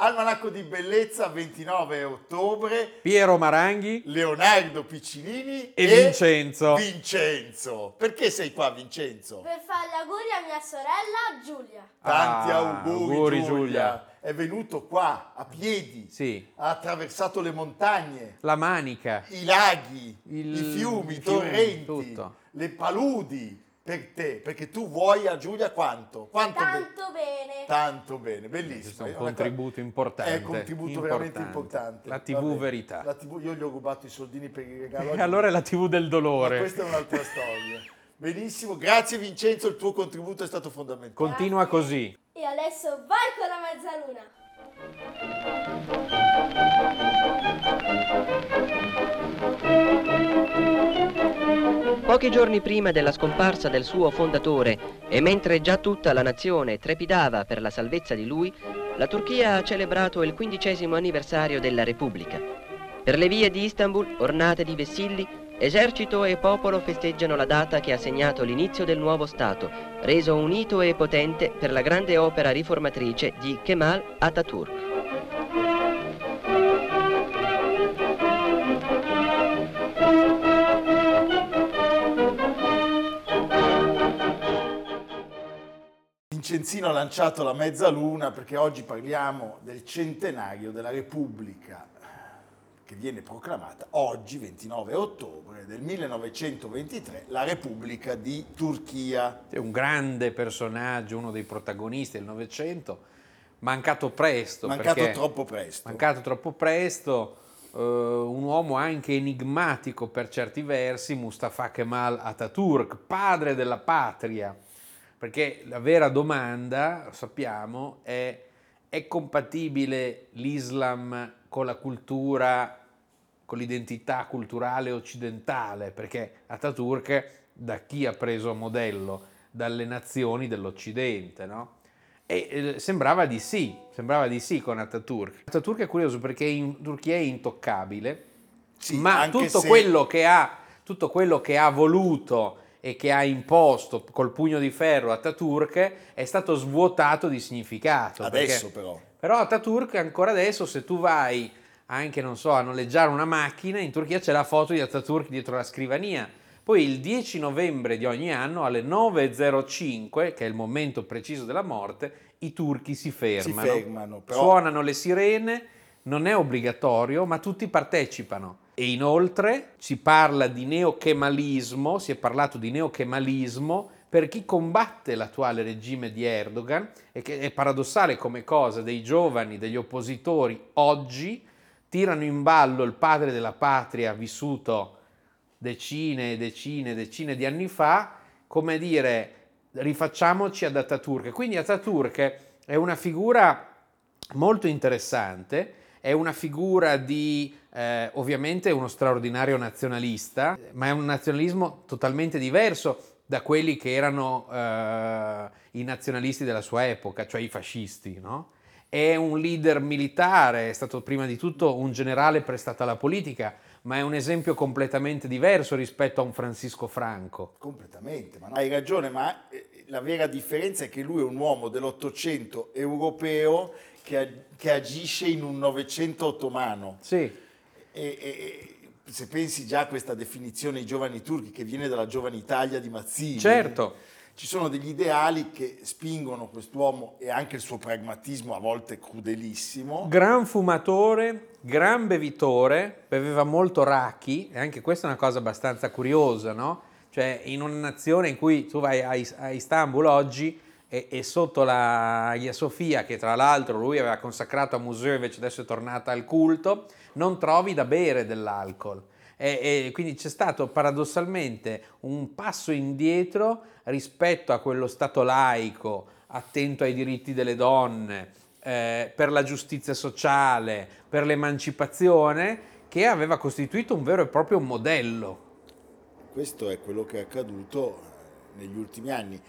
Almanacco di Bellezza, 29 ottobre, Piero Maranghi Leonardo Piccinini e, Vincenzo. Vincenzo. Perché sei qua, Vincenzo? Per fare gli auguri a mia sorella Giulia. Tanti Ah, auguri, auguri, Giulia. Giulia. È venuto qua a piedi, Sì, ha attraversato le montagne, la manica. i laghi, Il- i fiumi, i i fiumi, torrenti, tutto. le paludi per te, perché tu vuoi a Giulia quanto? Quanto be- Tanto bene. tanto bene, Eh, Questo bellissimo. è È un una contributo cosa- importante. È un contributo veramente importante. La Va TV bene. verità. La TV io gli ho rubato i soldini per il regalo. a E Giulia, allora è la TV del ma dolore. questa è un'altra storia. Benissimo, grazie Vincenzo, il tuo contributo è stato fondamentale. Continua così. E adesso vai con la mezzaluna. Pochi giorni prima della scomparsa del suo fondatore e mentre già tutta la nazione trepidava per la salvezza di lui, la Turchia ha celebrato il quindicesimo anniversario della Repubblica. Per le vie di Istanbul, ornate di vessilli, esercito e popolo festeggiano la data che ha segnato l'inizio del nuovo Stato, reso unito e potente per la grande opera riformatrice di Kemal Atatürk. Vincenzino ha lanciato la mezzaluna perché oggi parliamo del centenario della Repubblica che viene proclamata oggi 29 ottobre del 1923 la Repubblica di Turchia. È un grande personaggio, uno dei protagonisti del Novecento, mancato presto. Mancato perché- troppo presto. Mancato troppo presto, eh, un uomo anche enigmatico per certi versi, Mustafa Kemal Atatürk, padre della patria. Perché la vera domanda, lo sappiamo, è è compatibile l'Islam con la cultura, con l'identità culturale occidentale? Perché Atatürk da chi ha preso modello? Dalle nazioni dell'Occidente, no? E eh, sembrava di sì, sembrava di sì con Atatürk. Atatürk è curioso perché in Turchia è intoccabile, Sì, ma anche tutto, se- quello che ha, tutto quello che ha voluto e che ha imposto col pugno di ferro Atatürk è stato svuotato di significato. adesso perché- però. Però Atatürk ancora adesso se tu vai anche, non so, a noleggiare una macchina, in Turchia c'è la foto di Atatürk dietro la scrivania. Poi il 10 novembre di ogni anno alle 9.05, che è il momento preciso della morte, i turchi si fermano. Si fermano, però- Suonano le sirene, non è obbligatorio, ma tutti partecipano. E inoltre si parla di neokemalismo, si è parlato di neokemalismo per chi combatte l'attuale regime di Erdogan e che è paradossale come cosa dei giovani, degli oppositori oggi tirano in ballo il padre della patria vissuto decine e decine e decine di anni fa, come dire, rifacciamoci ad Atatürk. Quindi Atatürk è una figura molto interessante, è una figura di eh, ovviamente uno straordinario nazionalista, ma è un nazionalismo totalmente diverso da quelli che erano eh, i nazionalisti della sua epoca, cioè i fascisti, no? È un leader militare, è stato prima di tutto un generale prestato alla politica, ma è un esempio completamente diverso rispetto a un Francisco Franco. Completamente, ma no. hai ragione, ma eh, la vera differenza è che lui è un uomo dell'Ottocento europeo che, ag- che agisce in un Novecento ottomano. Sì, E, e- e se pensi già a questa definizione i giovani turchi che viene dalla giovane Italia di Mazzini, certo. ci sono degli ideali che spingono quest'uomo e anche il suo pragmatismo a volte crudelissimo. Gran fumatore, gran bevitore, beveva molto raki, e anche questa è una cosa abbastanza curiosa, no? Cioè, in una nazione in cui tu vai a, Is- a Istanbul oggi e, e sotto la Hagia Sofia, che tra l'altro lui aveva consacrato a museo, invece adesso è tornata al culto, non trovi da bere dell'alcol. E, e quindi c'è stato paradossalmente un passo indietro rispetto a quello Stato laico, attento ai diritti delle donne, eh, per la giustizia sociale, per l'emancipazione, che aveva costituito un vero e proprio modello. Questo è quello che è accaduto eh, negli ultimi anni,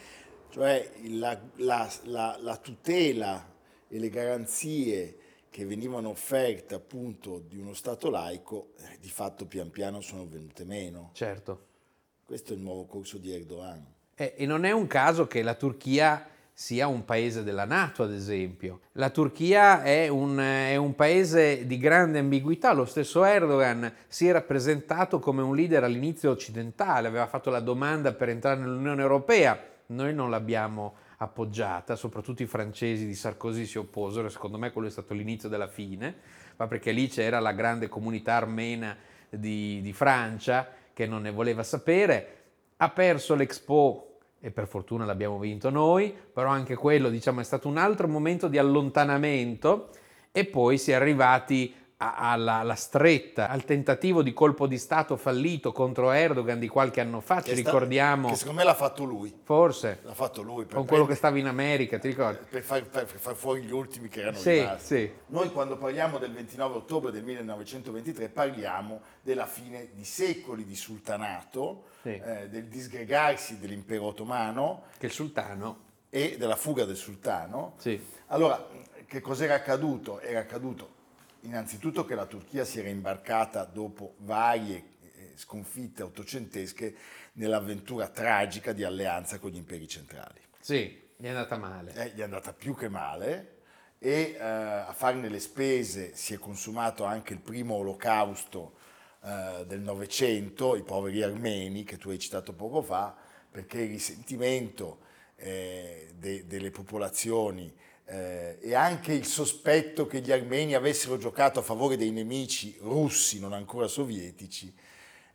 cioè la, la- la- la tutela e le garanzie che venivano offerte appunto di uno Stato laico, eh, di fatto pian piano sono venute meno. Certo. Questo è il nuovo corso di Erdogan. Eh, e non è un caso che la Turchia sia un paese della Nato, ad esempio. La Turchia è un, è un paese di grande ambiguità. Lo stesso Erdogan si era presentato come un leader all'inizio occidentale, aveva fatto la domanda per entrare nell'Unione Europea. Noi non l'abbiamo appoggiata, soprattutto i francesi di Sarkozy si opposero, e secondo me quello è stato l'inizio della fine, ma perché lì c'era la grande comunità armena di, di Francia che non ne voleva sapere, ha perso l'Expo e per fortuna l'abbiamo vinto noi, però anche quello diciamo, è stato un altro momento di allontanamento e poi si è arrivati a- alla, alla stretta, al tentativo di colpo di Stato fallito contro Erdogan di qualche anno fa, ci Che sta- ricordiamo Che secondo me l'ha fatto lui. forse L'ha fatto lui. per con quello che prendere- stava in America, ti ricordi? per far, per far fuori gli ultimi che erano Sì, rimasti. sì. Noi quando parliamo del 29 ottobre del 1923 parliamo della fine di secoli di sultanato, Sì. eh, del disgregarsi dell'impero ottomano Che il sultano, e della fuga del sultano. sì, Allora, che cos'era accaduto? Era accaduto innanzitutto che la Turchia si era imbarcata dopo varie eh, sconfitte ottocentesche nell'avventura tragica di alleanza con gli imperi centrali. sì, gli è andata male. Eh, gli è andata più che male e eh, a farne le spese si è consumato anche il primo olocausto eh, del Novecento, i poveri armeni che tu hai citato poco fa, perché il risentimento eh, de- delle popolazioni eh, e anche il sospetto che gli armeni avessero giocato a favore dei nemici russi, non ancora sovietici,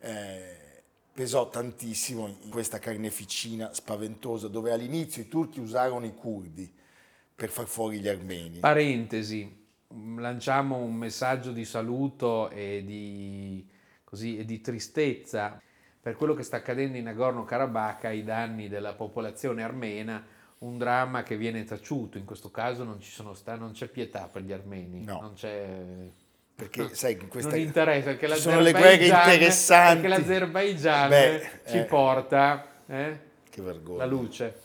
eh, pesò tantissimo in questa carneficina spaventosa dove all'inizio i turchi usarono i curdi per far fuori gli armeni. Parentesi, mh, lanciamo un messaggio di saluto e di, così, e di tristezza per quello che sta accadendo in Nagorno-Karabakh ai danni della popolazione armena, un dramma che viene taciuto, in questo caso non, ci sono sta- non c'è pietà per gli armeni, No. non c'è... Perché sai in questa non interessa, perché ci sono le guerre l'Azerbaigian- interessanti. Perché l'Azerbaigian Beh, ci eh, porta eh, Che vergogna. la luce.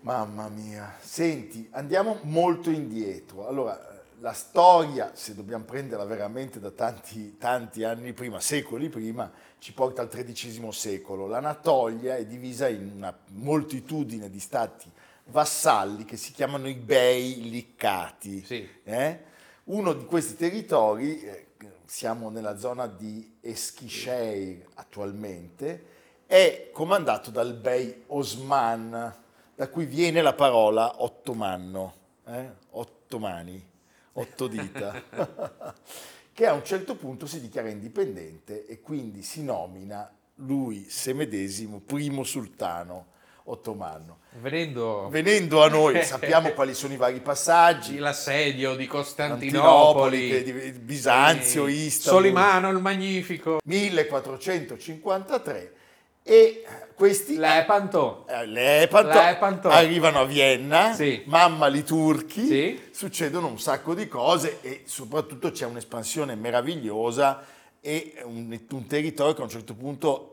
Mamma mia. Senti, andiamo molto indietro. Allora, eh, la storia, se dobbiamo prenderla veramente da tanti, tanti anni prima, secoli prima, ci porta al XIII secolo. L'Anatolia è divisa in una moltitudine di stati vassalli che si chiamano i Bei Liccati. Sì, Eh? Uno di questi territori, eh, siamo nella zona di Eskisheir attualmente, è comandato dal Bey Osman, da cui viene la parola ottomano, eh? ottomani, otto dita, che a un certo punto si dichiara indipendente e quindi si nomina lui se medesimo primo sultano ottomano. venendo Venendo a noi, sappiamo quali sono i vari passaggi, l'assedio di Antinopoli, Costantinopoli, che di- Bisanzio, eh, Istanbul. Solimano il Magnifico, 1453 e questi Lepanto, eh, Lepanto, Lepanto. arrivano a Vienna, Sì. mammali turchi, Sì. succedono un sacco di cose e soprattutto c'è un'espansione meravigliosa e un, un territorio che a un certo punto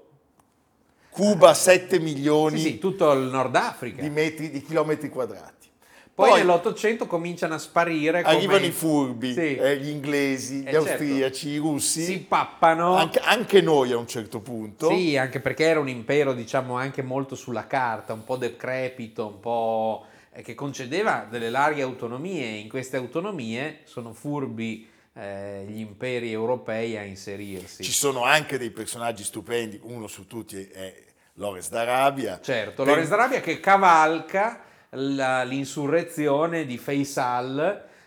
Cuba 7 milioni Eh. sì, sì, tutto il Nord Africa. di, metri, di chilometri quadrati. Poi, nell'Ottocento cominciano a sparire. come- Arrivano i furbi, Sì. eh, gli inglesi, gli Eh, certo. austriaci, i russi. si pappano. Anche, anche noi a un certo punto. Sì, anche perché era un impero, diciamo, anche molto sulla carta, un po' decrepito, un po' eh, che concedeva delle larghe autonomie. In queste autonomie sono furbi eh, gli imperi europei a inserirsi. Ci sono anche dei personaggi stupendi, uno su tutti è Lores d'Arabia. Certo, Per- Lorenz d'Arabia che cavalca la- l'insurrezione di Faisal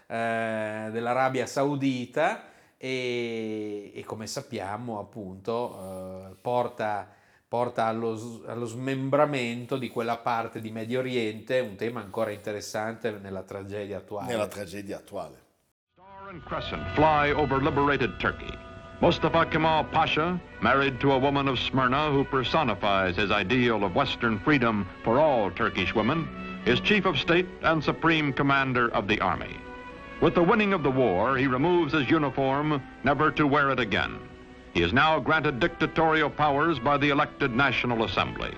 eh, dell'Arabia Saudita e, e come sappiamo appunto eh, porta, porta allo, s- allo smembramento di quella parte di Medio Oriente, un tema ancora interessante nella tragedia attuale. Nella tragedia attuale. Star and Crescent fly over liberated Turkey. Mustafa Kemal Pasha, married to a woman of Smyrna who personifies his ideal of Western freedom for all Turkish women, is chief of state and supreme commander of the army. With the winning of the war, he removes his uniform, never to wear it again. He is now granted dictatorial powers by the elected National Assembly.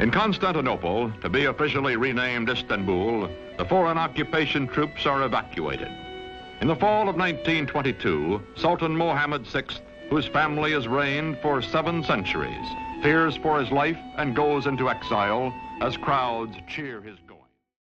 In Constantinople, to be officially renamed Istanbul, the foreign occupation troops are evacuated. In the fall of 1922, Sultan Mohammed VI, whose family has reigned for seven centuries, fears for his life and goes into exile as crowds cheer his going.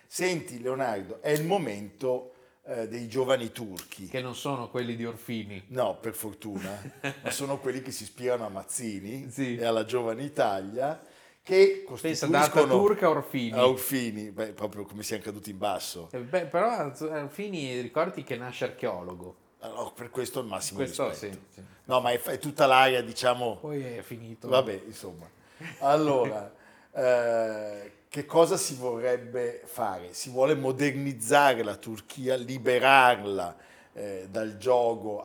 Senti Leonardo, è il momento eh, dei giovani turchi. che non sono quelli di Orfini. No, per fortuna, ma sono quelli che si ispirano a Mazzini Sì. e alla giovane Italia che Pensa, costituiscono da Ataturk a Orfini. a Orfini, beh, proprio come siamo caduti in basso. Eh, Beh, però Orfini, ricordati che nasce archeologo. Allora, per questo il massimo Questo sì, rispetto. sì. No, ma è, è tutta l'area, diciamo, Poi è finito. vabbè, insomma. Allora, eh, che cosa si vorrebbe fare? Si vuole modernizzare la Turchia, liberarla eh, dal gioco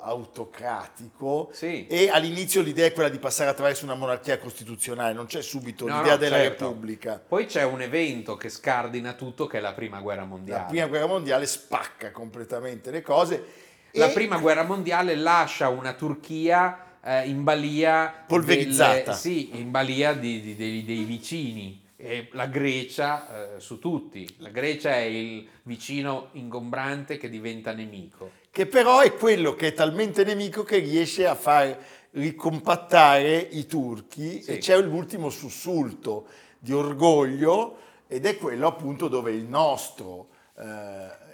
autocratico Sì. E all'inizio l'idea è quella di passare attraverso una monarchia costituzionale, non c'è subito No, l'idea no, della certo. repubblica. Poi c'è un evento che scardina tutto, che è la prima guerra mondiale. La prima guerra mondiale spacca completamente le cose. La e prima guerra mondiale lascia una Turchia eh, in balia Polverizzata. delle- sì, in balia di- di- dei, dei vicini. E la Grecia eh, su tutti. La Grecia è il vicino ingombrante che diventa nemico. Che però è quello che è talmente nemico che riesce a far ricompattare i turchi Sì. e c'è l'ultimo sussulto di orgoglio ed è quello appunto dove il nostro, eh,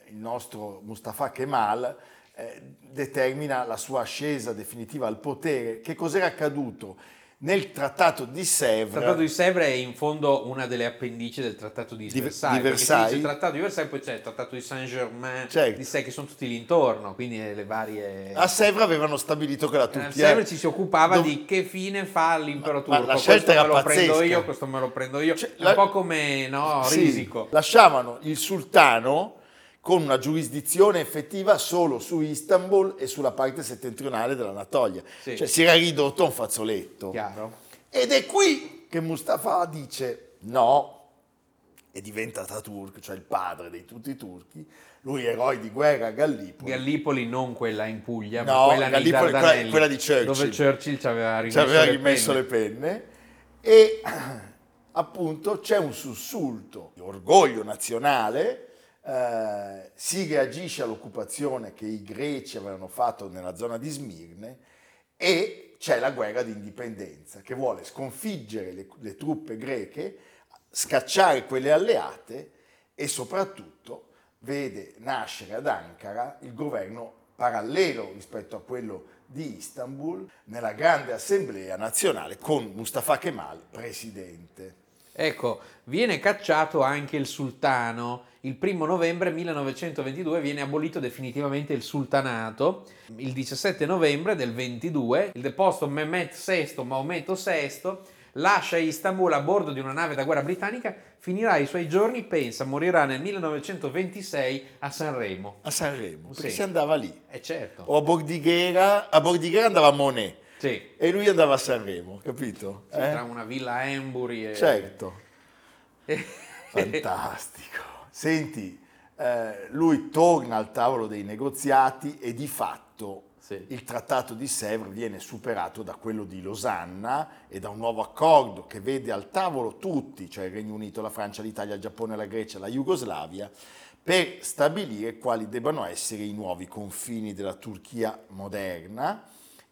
il nostro Mustafa Kemal eh, determina la sua ascesa definitiva al potere. Che cos'era accaduto? Nel trattato di Il Sèvres Trattato di Sèvres è in fondo una delle appendici del Trattato di Di- Versailles. di perché si Versailles. dice il Trattato di Versailles, poi c'è il Trattato di Saint-Germain, Certo. Ah, di sé, che sono tutti lì intorno, quindi eh, le varie... A Sèvres avevano stabilito che la Eh, Turchia... Sempre ci si occupava dov- di che fine fa l'impero Ma- ma turco. la scelta questo era me lo prendo pazzesca. io, questo me lo prendo io. Cioè, È la- Un po' come no, Sì, Risico. Lasciavano il sultano con una giurisdizione effettiva solo su Istanbul e sulla parte settentrionale dell'Anatolia. Sì. Cioè si era ridotto a un fazzoletto. Chiaro. Ed è qui che Mustafa dice no e diventa Ataturk, cioè il padre di tutti i turchi, lui eroe di guerra a Gallipoli. Gallipoli non quella in Puglia, No, ma quella nei Gallipoli, quella- Dardanelli, quella di Churchill. Dove Churchill ci aveva ci rimesso, aveva le rimesso penne. le penne e appunto c'è un sussulto di orgoglio nazionale, eh, si reagisce all'occupazione che i greci avevano fatto nella zona di Smirne e c'è la guerra di indipendenza che vuole sconfiggere le, le truppe greche, scacciare quelle alleate e soprattutto vede nascere ad Ankara il governo parallelo rispetto a quello di Istanbul nella grande assemblea nazionale con Mustafa Kemal presidente. Ecco, viene cacciato anche il sultano. Il primo novembre 1922 viene abolito definitivamente il sultanato. Il 17 novembre del 22 il deposto Mehmet VI, Maometto VI, lascia Istanbul a bordo di una nave da guerra britannica, finirà i suoi giorni, pensa, morirà nel 1926 a Sanremo. A Sanremo, perché Sì. si andava lì. Eh certo. O a Bordighera, a Bordighera andava Monet Sì, e lui andava a Sanremo, capito? sì, Eh? tra una villa a Embury e... Certo. Fantastico. Senti, eh, lui torna al tavolo dei negoziati e di fatto Sì. il trattato di Sèvres viene superato da quello di Losanna e da un nuovo accordo che vede al tavolo tutti, cioè il Regno Unito, la Francia, l'Italia, il Giappone, la Grecia, la Jugoslavia, per stabilire quali debbano essere i nuovi confini della Turchia moderna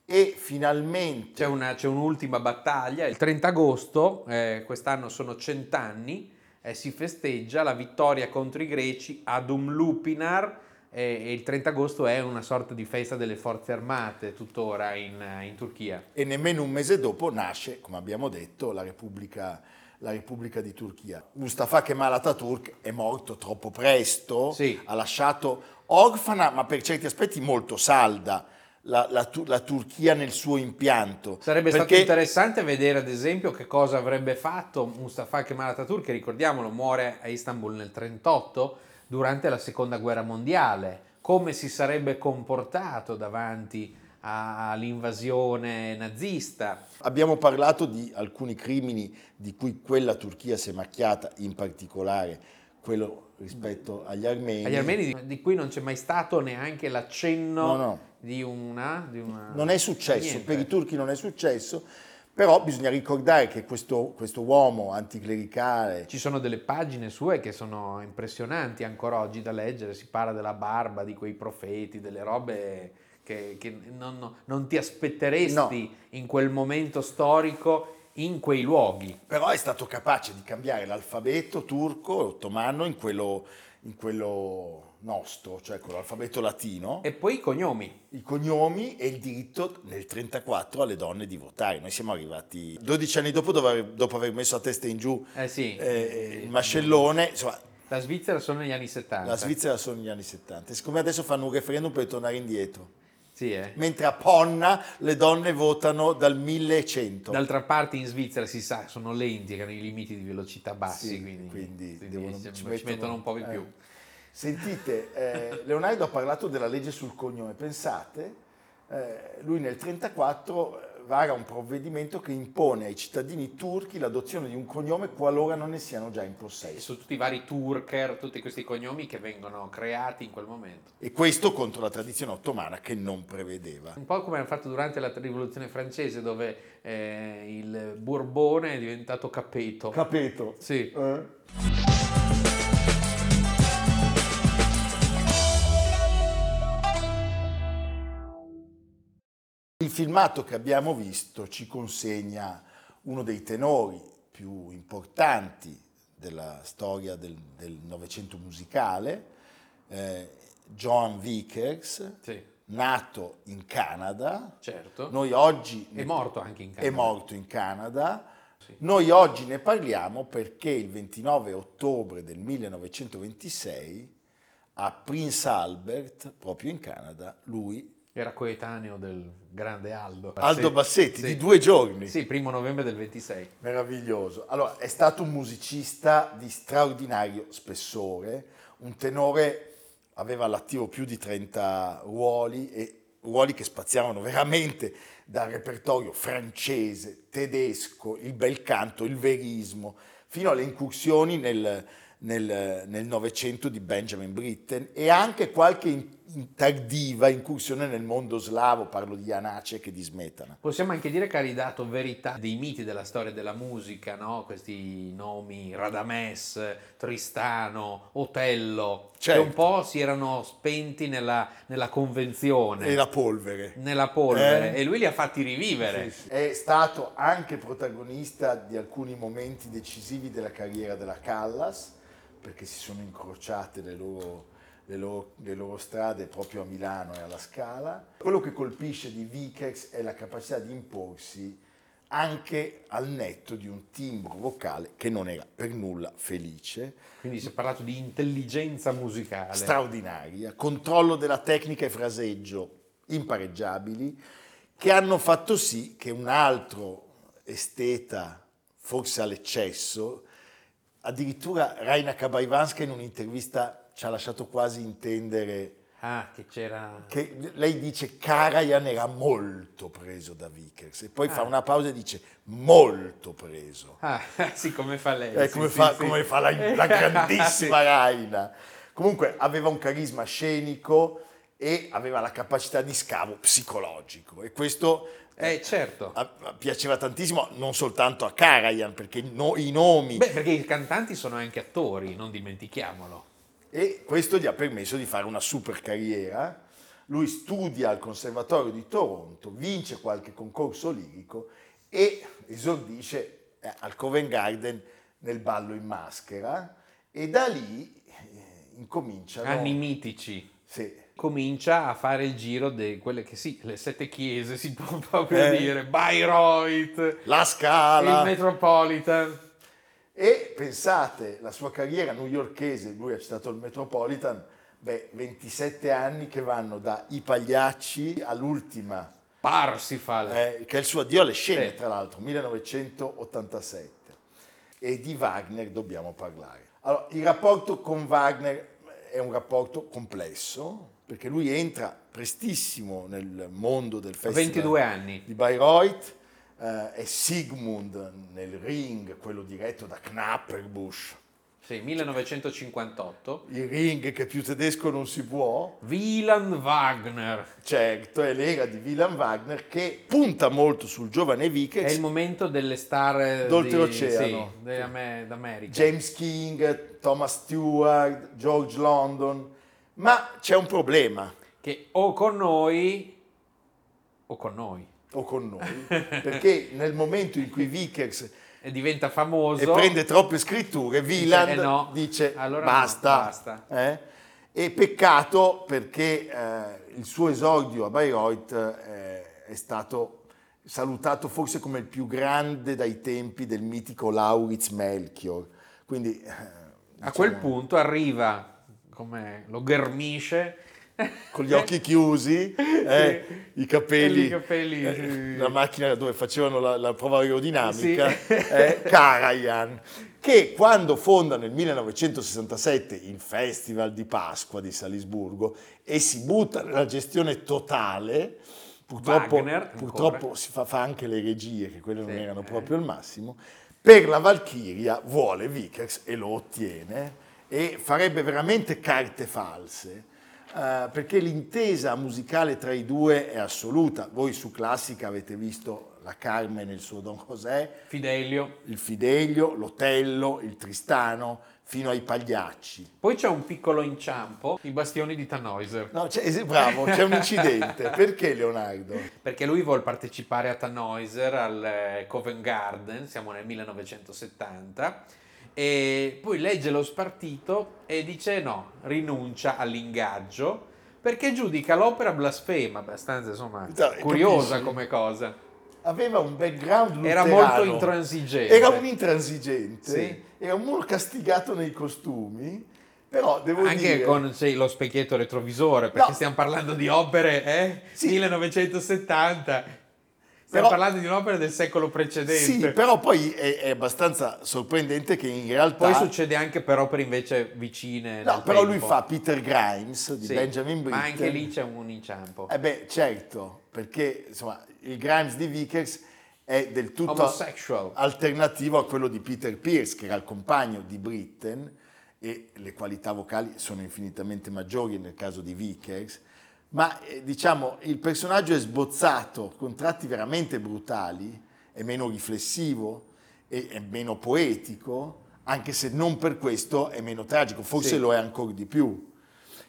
e finalmente... C'è, una- c'è un'ultima battaglia, il 30 agosto, eh, quest'anno sono cent'anni, eh, si festeggia la vittoria contro i greci ad Umlupinar eh, e il 30 agosto è una sorta di festa delle forze armate tuttora in, in Turchia. e nemmeno un mese dopo nasce, come abbiamo detto, la Repubblica, la Repubblica di Turchia. Mustafa Kemal Atatürk è morto troppo presto, Sì. ha lasciato orfana, ma per certi aspetti molto salda, la, la Tu- la Turchia nel suo impianto. Sarebbe stato Perché- interessante vedere ad esempio che cosa avrebbe fatto Mustafa Kemal Atatürk, che ricordiamolo muore a Istanbul nel 38 durante la seconda guerra mondiale, come si sarebbe comportato davanti a- all'invasione nazista. Abbiamo parlato di alcuni crimini di cui quella Turchia si è macchiata, in particolare quello rispetto agli armeni. Agli armeni di, di cui non c'è mai stato neanche l'accenno No, no. di una... di una- Non è successo, niente. per i turchi non è successo, Però bisogna ricordare che questo, questo uomo anticlericale, cioè, Ci sono delle pagine sue che sono impressionanti ancora oggi da leggere, si parla della barba, di quei profeti, delle robe che, che non, non- non ti aspetteresti in quel momento storico, in quei luoghi. però è stato capace di cambiare l'alfabeto turco e ottomano in quello, in quello nostro, cioè con l'alfabeto latino, E poi i cognomi. i cognomi e il diritto nel 34 alle donne di votare. Noi siamo arrivati 12 anni dopo, dove aver- dopo aver messo a testa in giù Eh sì, eh, il mascellone, insomma, la Svizzera sono negli anni 70. la Svizzera sono gli anni 70. Siccome adesso fanno un referendum per tornare indietro, Sì, eh. mentre a Ponna le donne votano dal 1100. D'altra parte in Svizzera si sa, sono lenti, che hanno i limiti di velocità bassi, Sì, quindi, quindi quindi devono- ci, ci ci mettono, mettono- un po' di eh. più. Sentite, eh, Leonardo ha parlato della legge sul cognome, pensate, eh, lui nel 34 vara un provvedimento che impone ai cittadini turchi l'adozione di un cognome qualora non ne siano già in E possesso. su tutti i vari Turker, tutti questi cognomi che vengono creati in quel momento. E questo contro la tradizione ottomana che non prevedeva. Un po' come hanno fatto durante la rivoluzione francese, dove eh, il Borbone è diventato Capeto. Capito? sì. Eh? Il filmato che abbiamo visto ci consegna uno dei tenori più importanti della storia del, del Novecento musicale, eh, John Vickers, Sì, nato in Canada. certo. Noi oggi È morto anche in è Canada. morto in Canada. Sì. Noi oggi ne parliamo perché il 29 ottobre del 1926 a Prince Albert, proprio in Canada, lui, Era coetaneo del grande Aldo. Aldo Sì, Bassetti, sì. di due giorni. Sì, primo novembre del 26. Meraviglioso. Allora, è stato un musicista di straordinario spessore, un tenore, aveva all'attivo più di 30 ruoli e ruoli che spaziavano veramente dal repertorio francese, tedesco, il bel canto, il verismo, fino alle incursioni nel, nel, nel Novecento di Benjamin Britten e anche qualche in- in- tardiva incursione nel mondo slavo, parlo di Janace e di Smetana. Possiamo anche dire che ha ridato verità dei miti della storia della musica, no? questi nomi Radames, Tristano, Otello, Certo. che un po' si erano spenti nella, nella convenzione, E la polvere. nella polvere, Eh. e lui li ha fatti rivivere. Sì, sì. È stato anche protagonista di alcuni momenti decisivi della carriera della Callas, perché si sono incrociate le loro, le loro- le loro strade proprio a Milano e alla Scala. Quello che colpisce di Vickers è la capacità di imporsi anche al netto di un timbro vocale che non era per nulla felice, Quindi si è parlato di intelligenza musicale. straordinaria, eh, controllo della tecnica e fraseggio impareggiabili, che hanno fatto sì che un altro esteta, forse all'eccesso, addirittura Raina Kabaivanska in un'intervista ci ha lasciato quasi intendere ah, che c'era... che lei dice Karajan era molto preso da Vickers e poi fa Ah. una pausa e dice molto preso. Ah, sì, come fa lei. Eh, sì, come, sì, fa, sì. come fa la, la grandissima Sì. Raina. Comunque aveva un carisma scenico e aveva la capacità di scavo psicologico e questo eh, Eh, certo. a- a- piaceva tantissimo non soltanto a Karajan perché no- i nomi Beh, perché i cantanti sono anche attori, non dimentichiamolo. e questo gli ha permesso di fare una super carriera. Lui studia al Conservatorio di Toronto, vince qualche concorso lirico e esordisce eh, al Covent Garden nel ballo in maschera e da lì eh, incominciano Anni mitici. Sì. comincia a fare il giro di quelle che sì, le sette chiese si può proprio Eh. dire, Bayreuth, la il scala Metropolitan. e pensate la sua carriera newyorchese, lui ha citato il Metropolitan, beh 27 anni che vanno da I Pagliacci all'ultima Parsifal. Eh, che è il suo addio alle scene, Sì. tra l'altro, 1987. E di Wagner dobbiamo parlare. Allora, il rapporto con Wagner è un rapporto complesso, perché lui entra prestissimo nel mondo del A festival 22 anni. di Bayreuth, eh, è Sigmund nel ring, quello diretto da Knapperbusch, Sì, 1958. Il ring che più tedesco non si può. Wieland Wagner. Certo, è l'era di Wilhelm Wagner che punta molto sul giovane È il Vickers, momento delle star eh, D'oltreoceano. Sì, de- ame- d'America. James King, Thomas Stewart, George London, ma c'è un problema, che o con noi o con noi. o con noi, perché nel momento in cui Vickers E diventa famoso. e prende troppe scritture, Wieland eh dice, no, allora no, basta. basta. eh? E peccato perché eh, il suo esordio a Bayreuth eh, è stato salutato forse come il più grande dai tempi del mitico Lauritz Melchior. Quindi, eh, A diciamo, quel punto arriva, come lo ghermisce, con gli occhi chiusi, eh, i capelli, I capelli, eh, sì. la macchina dove facevano la, la prova aerodinamica, Sì. eh, Karajan, che quando fonda nel 1967 il Festival di Pasqua di Salisburgo e si butta nella gestione totale, purtroppo, Wagner, ancora. purtroppo si fa, fa anche le regie, che quelle non Sì, erano eh. proprio il massimo, per la Valchiria vuole Vickers e lo ottiene e farebbe veramente carte false. eh, perché l'intesa musicale tra i due è assoluta. Voi su Classica avete visto la Carmen e il suo Don José, Fidelio. il Fidelio, l'Otello, il Tristano, fino ai Pagliacci. Poi c'è un piccolo inciampo, i bastioni di Tannhäuser. No, c'è- es- bravo, c'è un incidente. Perché Leonardo? Perché lui vuole partecipare a Tannhäuser al eh, Covent Garden, siamo nel 1970, e poi legge lo spartito e dice no, rinuncia all'ingaggio perché giudica l'opera blasfema, abbastanza insomma Dai, curiosa capisci? come cosa. Aveva un background Era luterano. molto intransigente. Era un intransigente, Sì. era molto castigato nei costumi, però devo Anche dire... con sì, lo specchietto retrovisore, perché No. stiamo parlando di opere, eh? Sì. 1970. Stiamo Però- parlando di un'opera del secolo precedente. Sì, però poi è, è abbastanza sorprendente che in realtà... Poi succede anche per opere invece vicine. No, nel però lui tempo. fa Peter Grimes di Sì, Benjamin Britten. Ma anche lì c'è un inciampo. Eh beh, certo, perché insomma, il Grimes di Vickers è del tutto Homosexual. alternativo a quello di Peter Pierce, che era il compagno di Britten, e le qualità vocali sono infinitamente maggiori nel caso di Vickers, ma eh, diciamo il personaggio è sbozzato con tratti veramente brutali, è meno riflessivo, e è meno poetico, anche se non per questo è meno tragico, forse Sì. lo è ancora di più.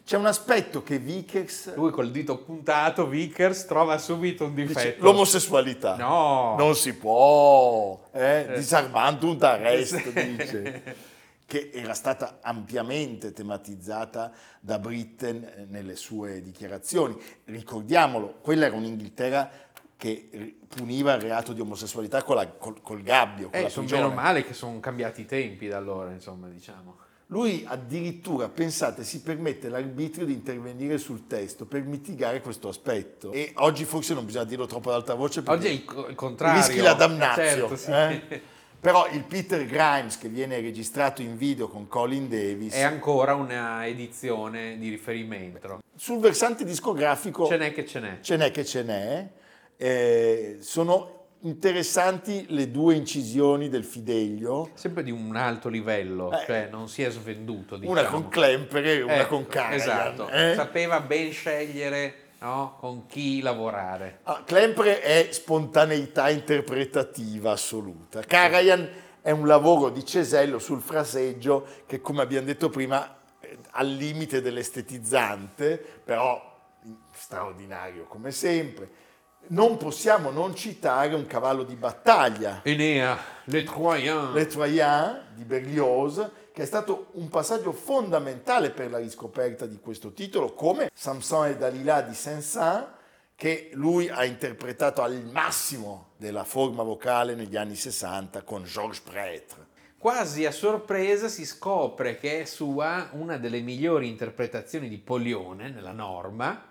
C'è un aspetto che Vickers Lui col dito puntato, Vickers, trova subito un Dice, difetto. l'omosessualità No. non si può, eh? Eh. disarmando un arresto, Sì. dice, che era stata ampiamente tematizzata da Britten eh, nelle sue dichiarazioni. Ricordiamolo, quella era un'Inghilterra che ri- puniva il reato di omosessualità con la- col, col gabbio, con Eh, la sono prigione. meno male che sono cambiati i tempi da allora, insomma, diciamo. Lui addirittura, pensate, si permette l'arbitrio di intervenire sul testo per mitigare questo aspetto. E oggi forse non bisogna dirlo troppo ad alta voce perché Oggi è il co- il contrario. rischi la Eh, damnazio. certo, sì. eh? Però il Peter Grimes che viene registrato in video con Colin Davis, È ancora una edizione di riferimento. sul versante discografico Ce n'è che ce n'è. ce n'è che ce n'è. Eh, sono interessanti le due incisioni del Fidelio, Sempre di un alto livello, Eh. cioè non si è svenduto. Diciamo. una con Klemperer e una Ecco, con Karajan. Esatto, eh? sapeva ben scegliere no, con chi lavorare. Ah, Klempre è spontaneità interpretativa assoluta. Karajan è un lavoro di Cesello sul fraseggio che, come abbiamo detto prima, è al limite dell'estetizzante, però straordinario come sempre. Non possiamo non citare un cavallo di battaglia, Enea, Le Troyens. Le Troyens di Berlioz, che è stato un passaggio fondamentale per la riscoperta di questo titolo, come Samson e Dalila di Saint-Saëns, che lui ha interpretato al massimo della forma vocale negli anni 60 con Georges Prêtre. Quasi a sorpresa si scopre che è sua una delle migliori interpretazioni di Polione nella norma,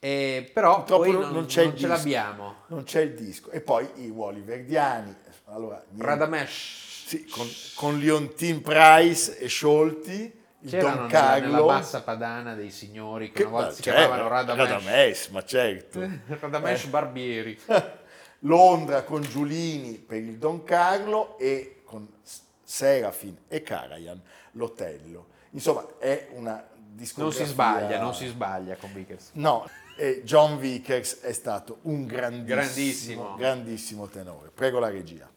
eh, però Purtroppo poi non- non, non c'è il non ce disco. l'abbiamo. Non c'è il disco. E poi i ruoli verdiani. Allora, niente- Radamesh. Sì, con, con Leontin Price e Sciolti, il C'erano Don nella, Carlo. certo, nella bassa padana dei signori che, una volta si c'è, chiamavano Radamesh. Radames, ma certo. Radamesh Eh. Barbieri. Londra con Giulini per il Don Carlo e con S- Serafin e Karajan, l'Otello. Insomma, è una discografia... Non si sbaglia, non si sbaglia con Vickers. No, e John Vickers è stato un grandissimo, Grandissimo. grandissimo. tenore. Prego la regia.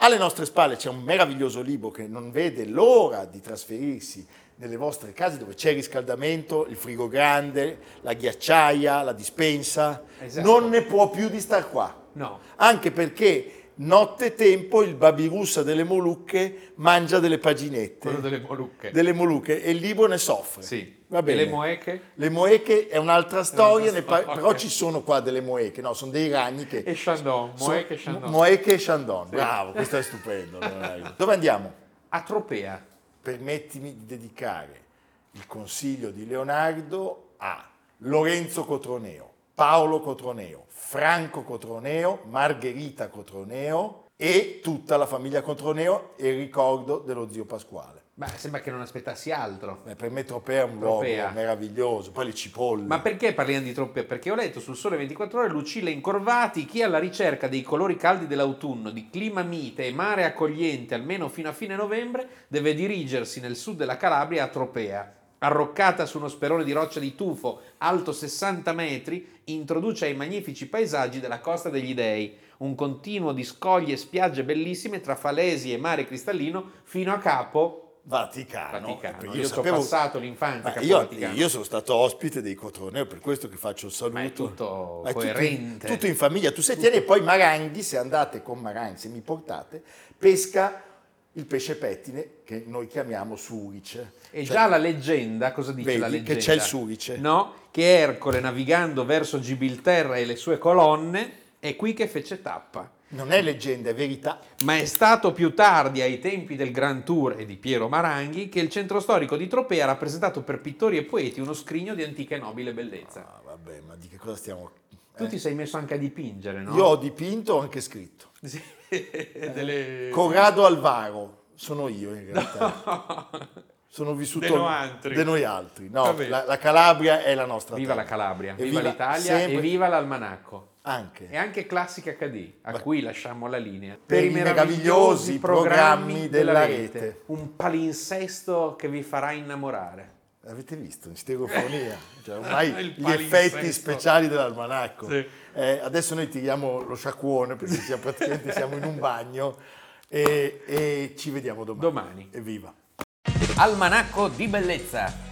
Alle nostre spalle c'è un meraviglioso libro che non vede l'ora di trasferirsi nelle vostre case dove c'è il riscaldamento, il frigo grande, la ghiacciaia, la dispensa. Esatto. Non ne può più di star qua. No. Anche perché notte tempo il babirussa delle Molucche mangia delle paginette. Quello delle Molucche. Delle Molucche e il libro ne soffre. Sì. Va bene. E le moeche? Le moeche è un'altra storia, ne par- storia. però ci sono qua delle moeche, no, sono dei ragni che... E Shandong, sono- moeche e Shandong. Moeche e Shandong, bravo, questo è stupendo. Leonardo. Dove andiamo? Atropea. Permettimi di dedicare il consiglio di Leonardo a Lorenzo Cotroneo, Paolo Cotroneo, Franco Cotroneo, Margherita Cotroneo e tutta la famiglia Cotroneo e il ricordo dello zio Pasquale. Ma sembra che non aspettassi altro. Beh, per me Tropea è un luogo Tropea. meraviglioso, poi le cipolle. Ma perché parliamo di tropea? Perché ho letto sul Sole 24 Ore Lucilla Incorvati, chi alla ricerca dei colori caldi dell'autunno, di clima mite e mare accogliente almeno fino a fine novembre, deve dirigersi nel sud della Calabria a Tropea. Arroccata su uno sperone di roccia di tufo alto 60 metri, introduce ai magnifici paesaggi della costa degli Dei, un continuo di scogli e spiagge bellissime tra falesi e mare cristallino fino a capo Vaticano. Vaticano. Perché Io ci ho passato l'infanzia Ma Capo io, Vaticano. io sono stato ospite dei Cotroneo, per questo che faccio il saluto. Ma è tutto Ma è tutto in- coerente. Tutto, in famiglia. Tu sei tieni e poi Maranghi, se andate con Maranghi, se mi portate, pesca il pesce pettine che noi chiamiamo surice. E Cioè, già la leggenda, cosa dice vedi la che leggenda? c'è il sudice. No, che Ercole navigando verso Gibilterra e le sue colonne è qui che fece tappa. Non è leggenda, è verità. Ma è stato più tardi, ai tempi del Grand Tour e di Piero Maranghi, che il centro storico di Tropea ha rappresentato per pittori e poeti uno scrigno di antica e nobile bellezza. Ah, vabbè, ma di che cosa stiamo... Tu ti sei messo anche a dipingere, no? Eh. Io ho Eh, dipinto, ho anche scritto. Sì, delle... Corrado Alvaro, sono io in realtà. Sono vissuto De noi altri. de noi altri. Va No, bene. la, la Calabria è la nostra Viva la terra. Calabria, E viva, l'Italia sempre- e viva l'almanacco. Anche E anche Classica HD, a Ma- cui lasciamo la linea. Per i meravigliosi programmi della rete. Un palinsesto che vi farà innamorare. Avete visto in stereofonia, cioè ormai Il gli palinsesto. effetti speciali dell'almanacco. Sì. Eh, adesso noi tiriamo lo sciacquone perché siamo, praticamente siamo in un bagno e, e ci vediamo domani. Domani. Evviva! Almanacco di bellezza